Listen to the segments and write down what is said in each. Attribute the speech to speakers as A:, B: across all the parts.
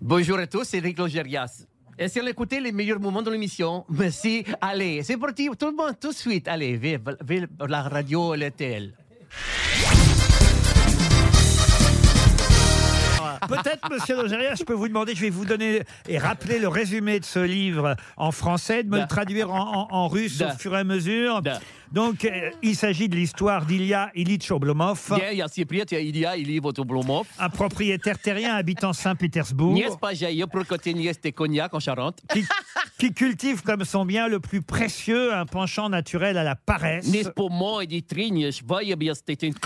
A: Bonjour à tous, c'est Eric Logérias. Et si on écoutait les meilleurs moments de l'émission, merci, allez, c'est parti, tout le monde, tout de suite, allez, vive, vive la radio LTL.
B: Peut-être, monsieur Logérias, je peux vous demander, je vais vous donner et rappeler le résumé de ce livre en français, de me le
A: Da.
B: traduire en, en- en russe
A: Da.
B: au fur et à mesure.
A: Da.
B: Donc, euh, il s'agit de l'histoire d'Ilya Ilitch Oblomov,
A: Я, я Cypriot, я Илья Ильев Обломов.
B: un propriétaire terrien habitant Saint-Pétersbourg.
A: N'est-ce pas, j'ai eu Prokotiniès de Cognac en Charente.
B: Qui, qui cultive comme son bien le plus précieux un penchant naturel à la paresse.
A: N'est-ce pas moi, dit Trigne, je voyais bien, c'était une...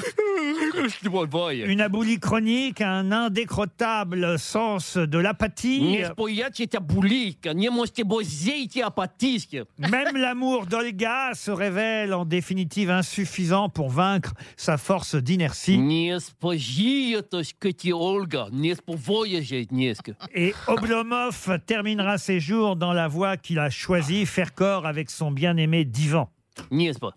A: Je le voyais.
B: Une abolie chronique, un indécrottable sens de l'apathie.
A: N'est-ce pas, я тебя булик, не можете бозейте апатиски.
B: Même l'amour d'Olga se révèle en définitive insuffisant pour vaincre sa force d'inertie.
A: N'est-ce pas, жиетось, кати Ольга, n'est-ce pas, voyagez, n'est-ce que...
B: Et Oblomov terminera ses jours dans la voie qu'il a choisie, faire corps avec son bien-aimé Divan.
A: N'est-ce pas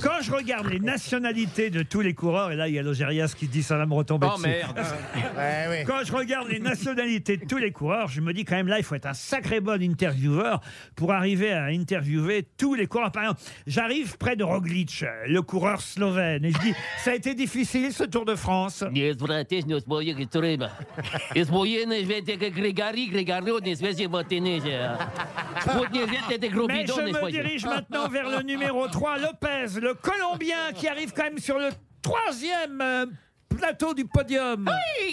B: Quand je regarde les nationalités de tous les coureurs, et là il y a Logérias qui dit ça va me retomber
C: Oh
B: dessus.
C: merde
B: Quand je regarde les nationalités de tous les coureurs, je me dis quand même là, il faut être un sacré bon intervieweur pour arriver à interviewer tous les coureurs. Par exemple, j'arrive près de Roglic, euh, le coureur slovène, et je dis ça a été difficile ce Tour de France.
A: Не извратись, не успокоить рыба. Избуены ведь это Григорий, Григорий, не связи вот и ниже. Вот не ведь это
B: Mais je
A: Грубидон, не
B: me
A: связи.
B: dirige maintenant vers le numéro 3, Lopez, le Colombien, qui arrive quand même sur le troisième euh, plateau du podium.
A: eh,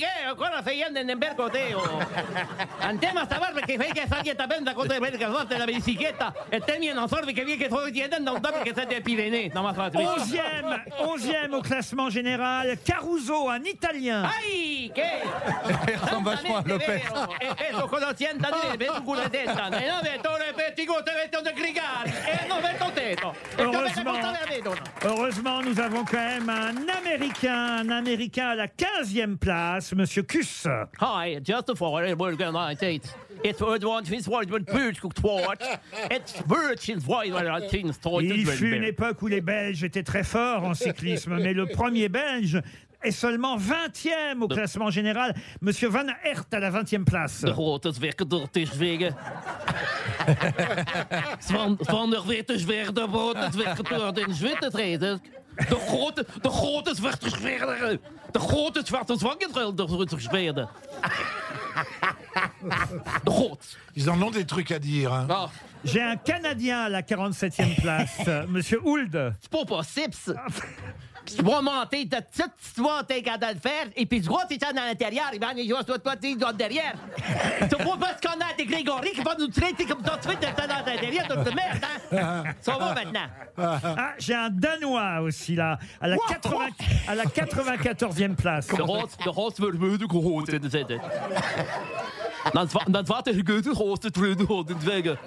A: eh,
B: Onzième, onzième au classement général, Caruso, un Italien.
A: Ay, ¿qué? Eh,
C: ressemble vachement à Lopez.
A: Eso con la sienta de ver un culo de esta. E no ve este todo el vestigo, te vete donde crigar. E no ve todo esto. E no ve
B: Heureusement.
A: todo el vestigo.
B: Heureusement, nous avons quand même un Américain, un Américain à la 15e place, Monsieur Kuss.
A: Hi, just for Burger Night Eight. It's World War It's World War Burgkokt War. It's Virgin World War Things
B: Il fut une époque où les Belges étaient très forts en cyclisme, mais le premier Belge est seulement 20e au classement général, Monsieur Van Aert à la 20e place.
A: De rotes werken door te zwingen. Van, van de witte zwer, de rotes werken door de zwitte treden. De grote, de grote zwarte zwerder. De grote zwarte zwangen door de zwerder. De groot.
D: Ils en ont des trucs à dire. hein.
A: Ah,
B: J'ai un Canadien à la 47e place, Monsieur Hould.
A: Papa Sips. Tu vas monter de toute histoire, t'es capable de le faire. Et puis, tu vois, t'es dans l'intérieur. Il va aller jouer sur toi, t'es dans derrière. Tu vois pas ce qu'on a des Grégory qui va nous traiter comme d'autres suite de ça dans l'intérieur. Notre merde, hein? Ça va maintenant.
B: Ah, j'ai un Danois aussi là, à la, 80 à la 94e place.
A: De rots, de rots wordt moeilijk gehoord in de zitten. Dan dat water gekeurd, de rots, de rots, de rots, de dwingen.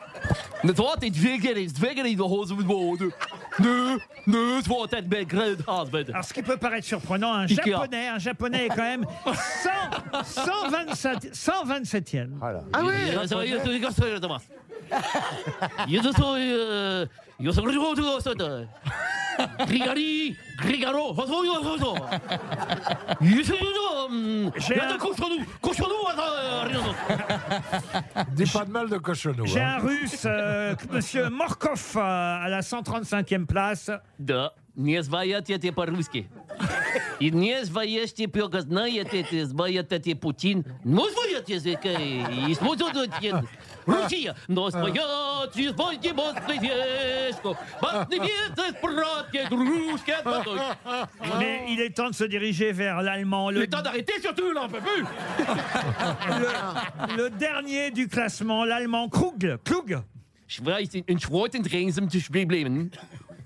A: Het wordt in dwingen, is dwingen in de rots moet worden. Nee, nee, het wordt het bij groot haast binnen.
B: Alors, ce qui peut paraître surprenant, un
A: Ikea.
B: japonais, un japonais est quand même 100, 127, 127e.
A: Ah oui, dat is wel hier, ik was er, Thomas. Je doet zo, je doet zo, je doet zo, Grigari, Grigaro, wat wil je zo? Je zit er zo, ja, dan komt van nu, komt van nu, wat
D: Dis pas de mal de cochonou.
B: J'ai un
D: hein.
B: russe, euh, monsieur Morkov, euh, à la 135e place.
A: Да, не звоят по-русски. И не звоящие пёка знает это, звоят эти Путин. Ну, звоят язык, и смотрят Россия, но звоят и звоят Москву, Москву, братья, русские, отбодой.
B: Mais il est temps de se diriger vers l'allemand, le,
A: Le temps d'arrêter surtout, là, on peut plus.
B: le- le dernier du classement, l'allemand Krug. Krug.
A: Ich weiß, in Schroten drehen sie zu spät bleiben.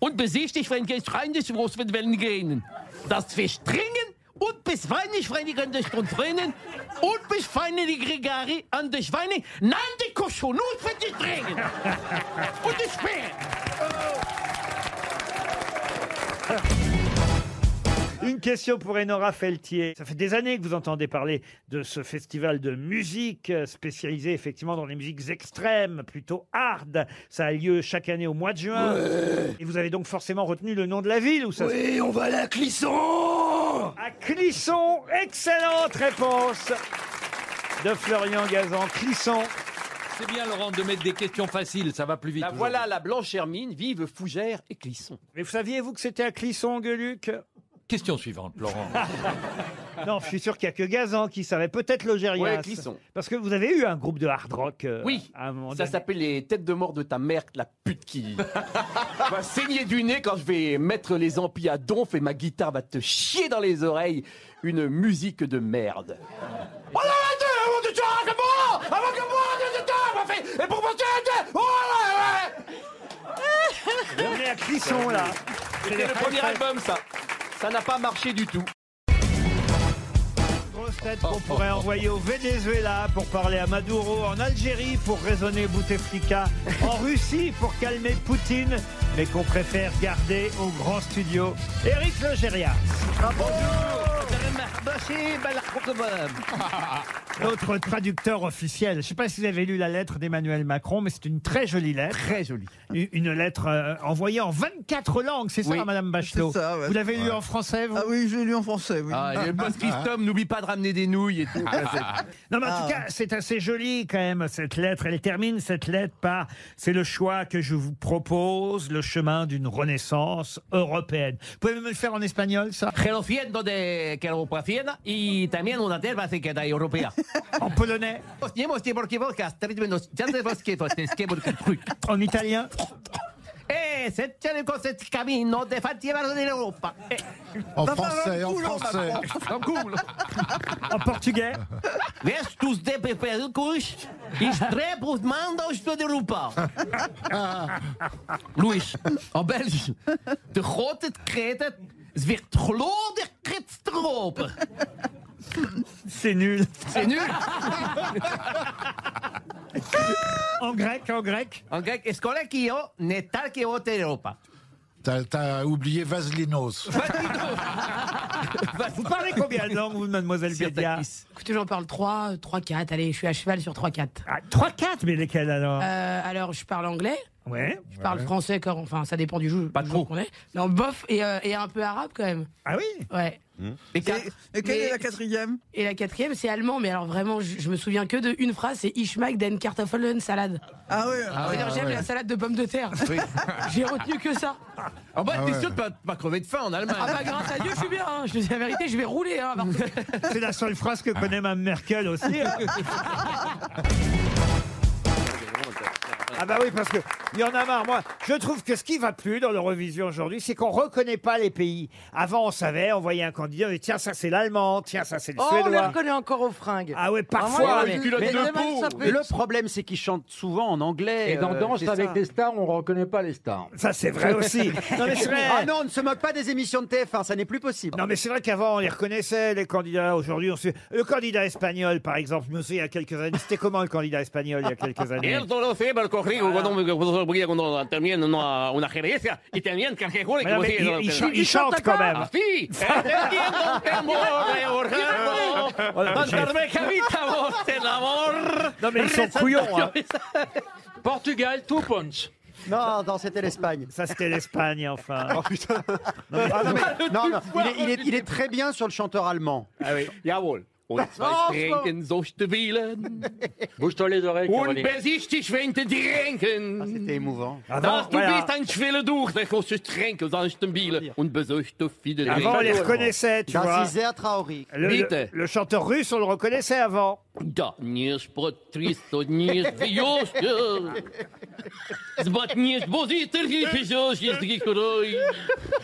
A: Und besichtigt, wenn kein Freund ist, wo es wird Wellen gehen. Das Verstrengen und bis Weine Schweine an der Grundfreinen und bis Feine die Gregari an der Schweine. Nein, die Koschonus wird die drängen. Und die Speer.
B: Une Question pour Enora Pelletier. Ça fait des années que vous entendez parler de ce festival de musique euh, spécialisé effectivement dans les musiques extrêmes, plutôt hard. Ça a lieu chaque année au mois de juin. Et vous avez donc forcément retenu le nom de la ville où ça se-
E: Oui, on va à la Clisson
B: À Clisson, excellente réponse de Florian Gazan. Clisson.
F: C'est bien, Laurent, de mettre des questions faciles, ça va plus vite.
A: La voilà la blanche hermine, vive Fougère et Clisson.
B: Mais vous saviez-vous que c'était à Clisson, Gueluc
F: aujourd'hui. Question suivante, Laurent.
B: Non, je suis sûr qu'il n'y a que Gazan qui savait. Peut-être Logérias.
A: Ouais, Clisson.
B: Parce que vous avez eu un groupe de hard rock. euh,
A: Oui,
B: à un moment
A: Ça
B: donné.
A: s'appelle les têtes de mort de ta mère, la pute qui va saigner du nez quand je vais mettre les amplis à donf et ma guitare va te chier dans les oreilles une musique de merde. Oh là là, tu- oh, tu- tu- ah, que bon Ah, bon, que bon, tu- tu- tu- ah, ma fille, et pour moi, tu- tu- oh là là
B: On est à Clisson, là.
A: C'était le premier album, ça. Ça n'a pas marché du tout.
B: Grosse tête
A: Oh,
B: qu'on pourrait envoyer au Venezuela pour parler à Maduro, en Algérie pour raisonner Bouteflika, en Russie pour calmer Poutine, mais qu'on préfère garder au grand studio. Eric Logérias. Notre traducteur officiel. Je ne sais pas si vous avez lu la lettre d'Emmanuel Macron, mais c'est une très jolie lettre. Très jolie. Une une lettre euh, envoyée en 24 langues, c'est ça,
G: Oui.
B: Madame Bachelot
G: C'est ça, ouais.
B: Vous l'avez lu en français, vous
G: Ah oui, je l'ai lu en français. Oui.
E: Ah, et le boss Christophe, n'oublie pas de ramener des nouilles et tout.
B: Non, mais en
G: Ah.
B: tout cas, c'est assez joli quand même, cette lettre. Elle termine cette lettre par C'est le choix que je vous propose, le chemin d'une renaissance européenne. Vous pouvez me le faire en espagnol, ça
E: Reluciendo de que lo prefiera y también una terva secreta europea.
B: En polonais
E: Tenemos tiempo que podcast, tenemos chances que vos que por el truc.
B: En italien
E: Eh, c'est le concept camino de Fatiba de Eh, l'Europe.
D: En français, en français.
B: En portugais
E: Ves tus de peperucos, istre pour mandos de Ah. l'Europe. Louis, en België. De grote kreten, zwicht glodig kretstropen.
B: C'est nul.
E: C'est nul.
B: En grec, en grec
E: En grec, eskolekio, netal que vote l'Europe.
D: T'as- T'as oublié Vaselinos.
B: Vous parlez combien de langues, vous, mademoiselle Bédia
H: Écoutez, j'en parle 3, 3, 4. Allez, je suis à cheval sur 3, 4.
B: ah, 3-4, mais lesquelles alors
H: alors, je parle anglais,
I: Euh.
B: Ouais.
H: je parle français, quand, enfin, ça dépend du jeu, pas trop. qu'on est. Non, bof, et, euh, et un peu arabe quand même.
B: Ah oui
H: Ouais.
G: Et quelle
H: Mais-
G: est la quatrième
H: Et la quatrième, c'est allemand, mais alors vraiment, je, je me souviens que de une phrase, c'est Ich mag den Kartoffeln salade.
G: Ah oui.
H: C'est-à-dire, j'aime la salade de pommes de terre. J'ai retenu que ça.
E: En bas, t'es sûr de pas, pas crever de faim en Allemagne.
H: Ah bah, grâce à Dieu, je suis bien. hein. Je te dis la vérité, je vais rouler. hein, à partir de-
B: C'est la seule phrase que connaît Mme Merkel aussi. Ah bah oui, parce que il y en a marre. Moi, je trouve que ce qui va plus dans l'Eurovision aujourd'hui, c'est qu'on reconnaît pas les pays. Avant, on savait, on voyait un candidat, et tiens, ça c'est l'allemand, tiens, ça c'est le
I: Oh, on les
B: suédois.
I: reconnaît encore aux fringues.
B: Ah ouais,
I: Ah, moi,
B: parfois.
I: les-
B: mais-
I: mais le mal sapé.
J: Le problème, c'est qu'ils chantent souvent en anglais.
I: Et dans Danse avec
J: les stars, on ne reconnaît pas les stars.
B: Ça c'est vrai aussi. Non mais c'est vrai.
J: Ah non, on ne se moque pas des émissions de TF1, ça n'est plus possible.
B: Non, mais c'est vrai qu'avant, on les reconnaissait, les candidats. Aujourd'hui, on sait. Le candidat espagnol, par exemple, je me souviens il y a quelques années. C'était comment le candidat espagnol il y a quelques
I: Ah,
B: années Madame, il, il ch- il chante quand même.
E: Ah,
B: Non, mais ils sont couillons. hein.
F: Portugal, two punch.
J: Non, non, c'était l'Espagne.
B: Ça, c'était l'Espagne, enfin.
J: Ah non, mais- non, non, il est, il est- il est très bien sur le chanteur allemand.
E: Ah Jawohl. Und
J: Oh,
E: zwei Tränken sollst du wählen.
F: Bouge-toi les oreilles,
E: Und
F: Caroline.
E: besichtig wenn die
J: Ah,
E: Tränken.
J: C'était émouvant.
B: Avant,
E: Dass du
B: voilà.
E: bist ein schwerer durch, der große Tränke, sonst den Biele. Und besuchte viele
B: Avant, on les reconnaissait, tu vois.
J: Dans Isère Traoré.
B: Le, le-
E: Vite.
B: le chanteur russe, on le reconnaissait avant.
E: Да, не спотристо, не спьешься. Сбат не сбози, ты репезешь, если второй.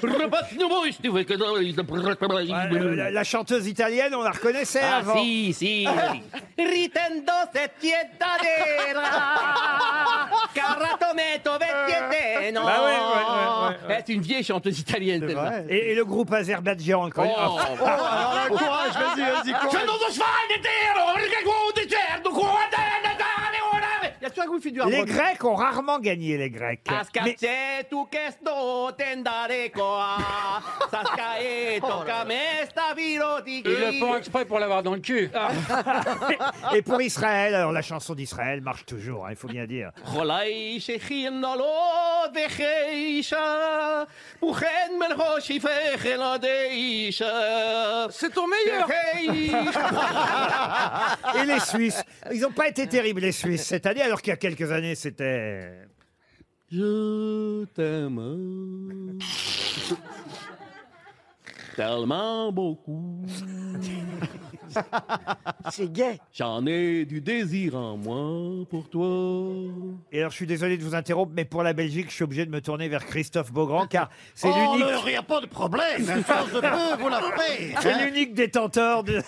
E: Рыбак не мой, ты выкидывай, да
B: Ouais, le- la, la chanteuse italienne, on la reconnaissait
E: Ah,
B: avant.
E: si, si.
J: Ritendo se tientadera, caratometo vestieteno.
B: Bah ouais, ouais, ouais, ouais, ouais.
E: C'est une vieille chanteuse italienne.
J: C'est
E: celle-là.
J: vrai.
B: Et, et le groupe Azerbaïdjan, on le connaît.
E: Oh,
J: Alors là, courage, vas-y, vas-y, courage.
E: Sono lo svanettero, perché con un deserto, con la terra natale, orale. Il y a toujours
I: Greg ou il fait du hard
B: Les
I: rock
B: Grecs ont rarement gagné, les Grecs.
E: Ah,
B: Mais-
E: Ils le font exprès pour l'avoir dans le cul.
I: Ah.
B: et pour Israël, alors la chanson d'Israël marche toujours, hein, il faut bien dire.
E: חולי שכינלו
C: ah.
E: וחישה, וכן מלחושי וחלדישה.
C: ah.
I: C'est ton meilleur
B: Et les Suisses, ils n'ont pas été terribles, les Suisses, cette année, alors qu'il y a quelques années, c'était...
E: Je t'aime tellement beaucoup.
I: C'est gay.
E: J'en ai du désir en moi pour toi.
B: Et alors, je suis désolé de vous interrompre, mais pour la Belgique, je suis obligé de me tourner vers Christophe Beaugrand, car c'est l'unique...
C: Oh, Il n'y a pas de problème. Ça, je peux vous la faire.
B: C'est l'unique détenteur de,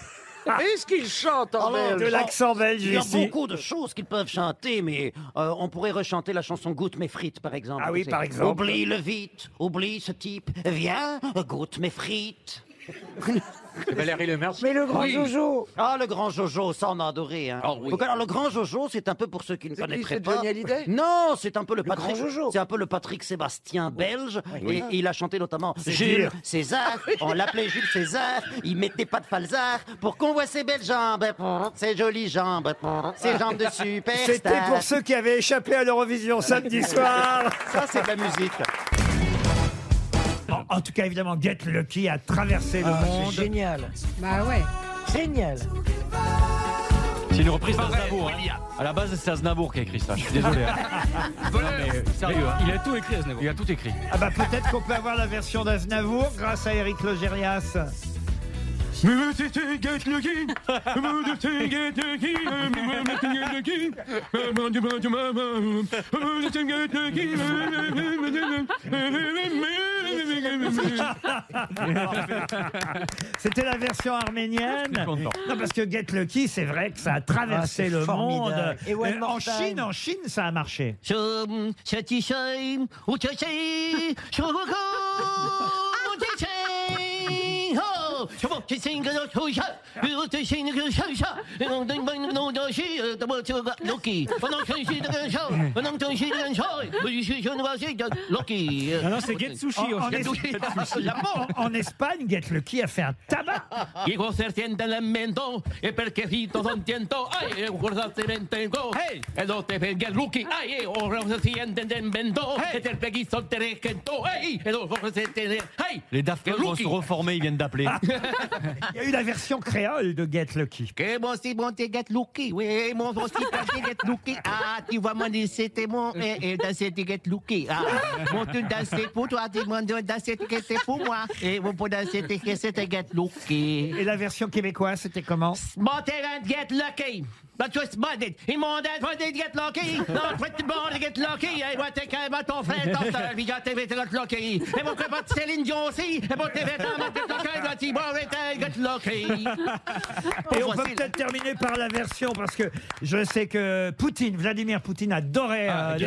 I: Est-ce qu'il chante en
C: Alors,
B: de
I: belge
B: l'accent belge
C: Il y a
B: ici.
C: beaucoup de choses qu'ils peuvent chanter, mais euh, on pourrait rechanter la chanson Goûte mes frites, par exemple.
B: Ah oui,
C: C'est-
B: par exemple.
C: Oublie-le vite, oublie ce type. Viens, goûte mes frites.
F: Valérie Le Mercier.
I: Mais le grand Jojo
C: Ah, le grand Jojo, ça on a adoré. Hein.
E: Ah oui.
C: Donc, alors, le grand Jojo, c'est un peu pour ceux qui ne
I: C'est qui,
C: connaîtraient
I: c'est
C: pas.
I: Johnny Hallyday
C: Non, c'est un peu le, Patrick.
I: grand Jojo.
C: C'est un peu le Patrick Sébastien belge. Et, il a chanté notamment Jules
B: dire.
C: César. On l'appelait Jules César. Il mettait pas de falzar pour qu'on voit ses belles jambes, ses jolies jambes, ses jambes de superstar.
B: C'était pour ceux qui avaient échappé à l'Eurovision samedi soir.
C: ça, c'est de la musique.
B: En, en tout cas, évidemment, Get Lucky a traversé le monde.
I: Génial. Bah ouais. Génial.
F: C'est une reprise d'Aznavour. hein. À la base, c'est Aznavour qui a écrit ça. Je suis désolé. hein. Sérieux, hein.
E: Il a tout écrit, Aznavour.
F: Il a tout écrit.
B: Ah bah peut-être qu'on peut avoir la version d'Aznavour grâce à Eric Logérias. C'était la version arménienne. Non, parce que Get Lucky, c'est vrai que ça a traversé
I: Ah, c'est
B: le
I: formidable.
B: monde.
I: Et One
B: Euh,
I: More
B: en
I: Time.
B: Chine, en Chine, ça a marché.
A: Chum, chatishay, uchashay, shoboko, uchashay, ho, shobo, chishin, gado, shosha, uchashin, gado, shosha, non, ding, bang, non, doshi, euh, dabo, tsuga, loki, non, chanshi, gado, sho, non, chanshi, gado, sho, ushi, shon, washi, gado, loki. euh,
B: c'est Get Sushi. En, en Es- en- en Espagne, Get Lucky a fait un tabac.
A: Hijo se siente en el mento, el perquejito son tiento, ay, eh, el cuerda se entregó, hey, el dote venga el lucky, ay, el ojo se siente en el mento, el perquejito te regentó, ay, el ojo se siente, ay,
F: Les Daft
A: Punk vont se
F: reformer, ils viennent d'appeler.
B: Il y a eu la version créole de Get Lucky.
A: Que bon si bon te get lucky, oui, mon bon si bon te get lucky, ah, tu vois mon c'était mon, et, et danser eh, te get lucky, ah, mon tu danser pour toi, tu mon tu danser te ah, eh, get pour moi, et mon pour danser te get c'était get lucky.
B: Et la version québécoise, c'était comment
A: Smarter and get lucky. But you're smarted. He more than for to get lucky. Not for the more to get lucky. I want to care about ton frère, ton frère. We got to get lucky. Et mon copain Céline Dion aussi. Et mon TV, get lucky. I got to more than get lucky.
B: Et on peut
A: Voici-
B: peut-être terminer par la version, parce que je sais que Poutine, Vladimir Poutine adorait euh, les,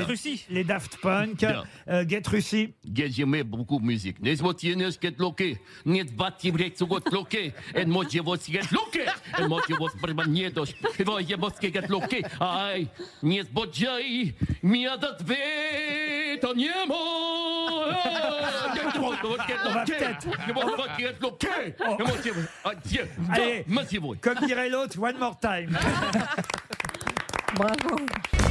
B: les Daft Punk, euh, Get Russie.
E: Я j'aimais beaucoup musique. Не смотришь, как луки, нет бати брать сугот луки, и мочи вот сгет луки, и мочи вот прямо не дождь, его ебот сгет луки, ай, не сбоджай, меня до цвета не мой.
B: Allez. Comme dirait l'autre, One More Time.
H: Bravo.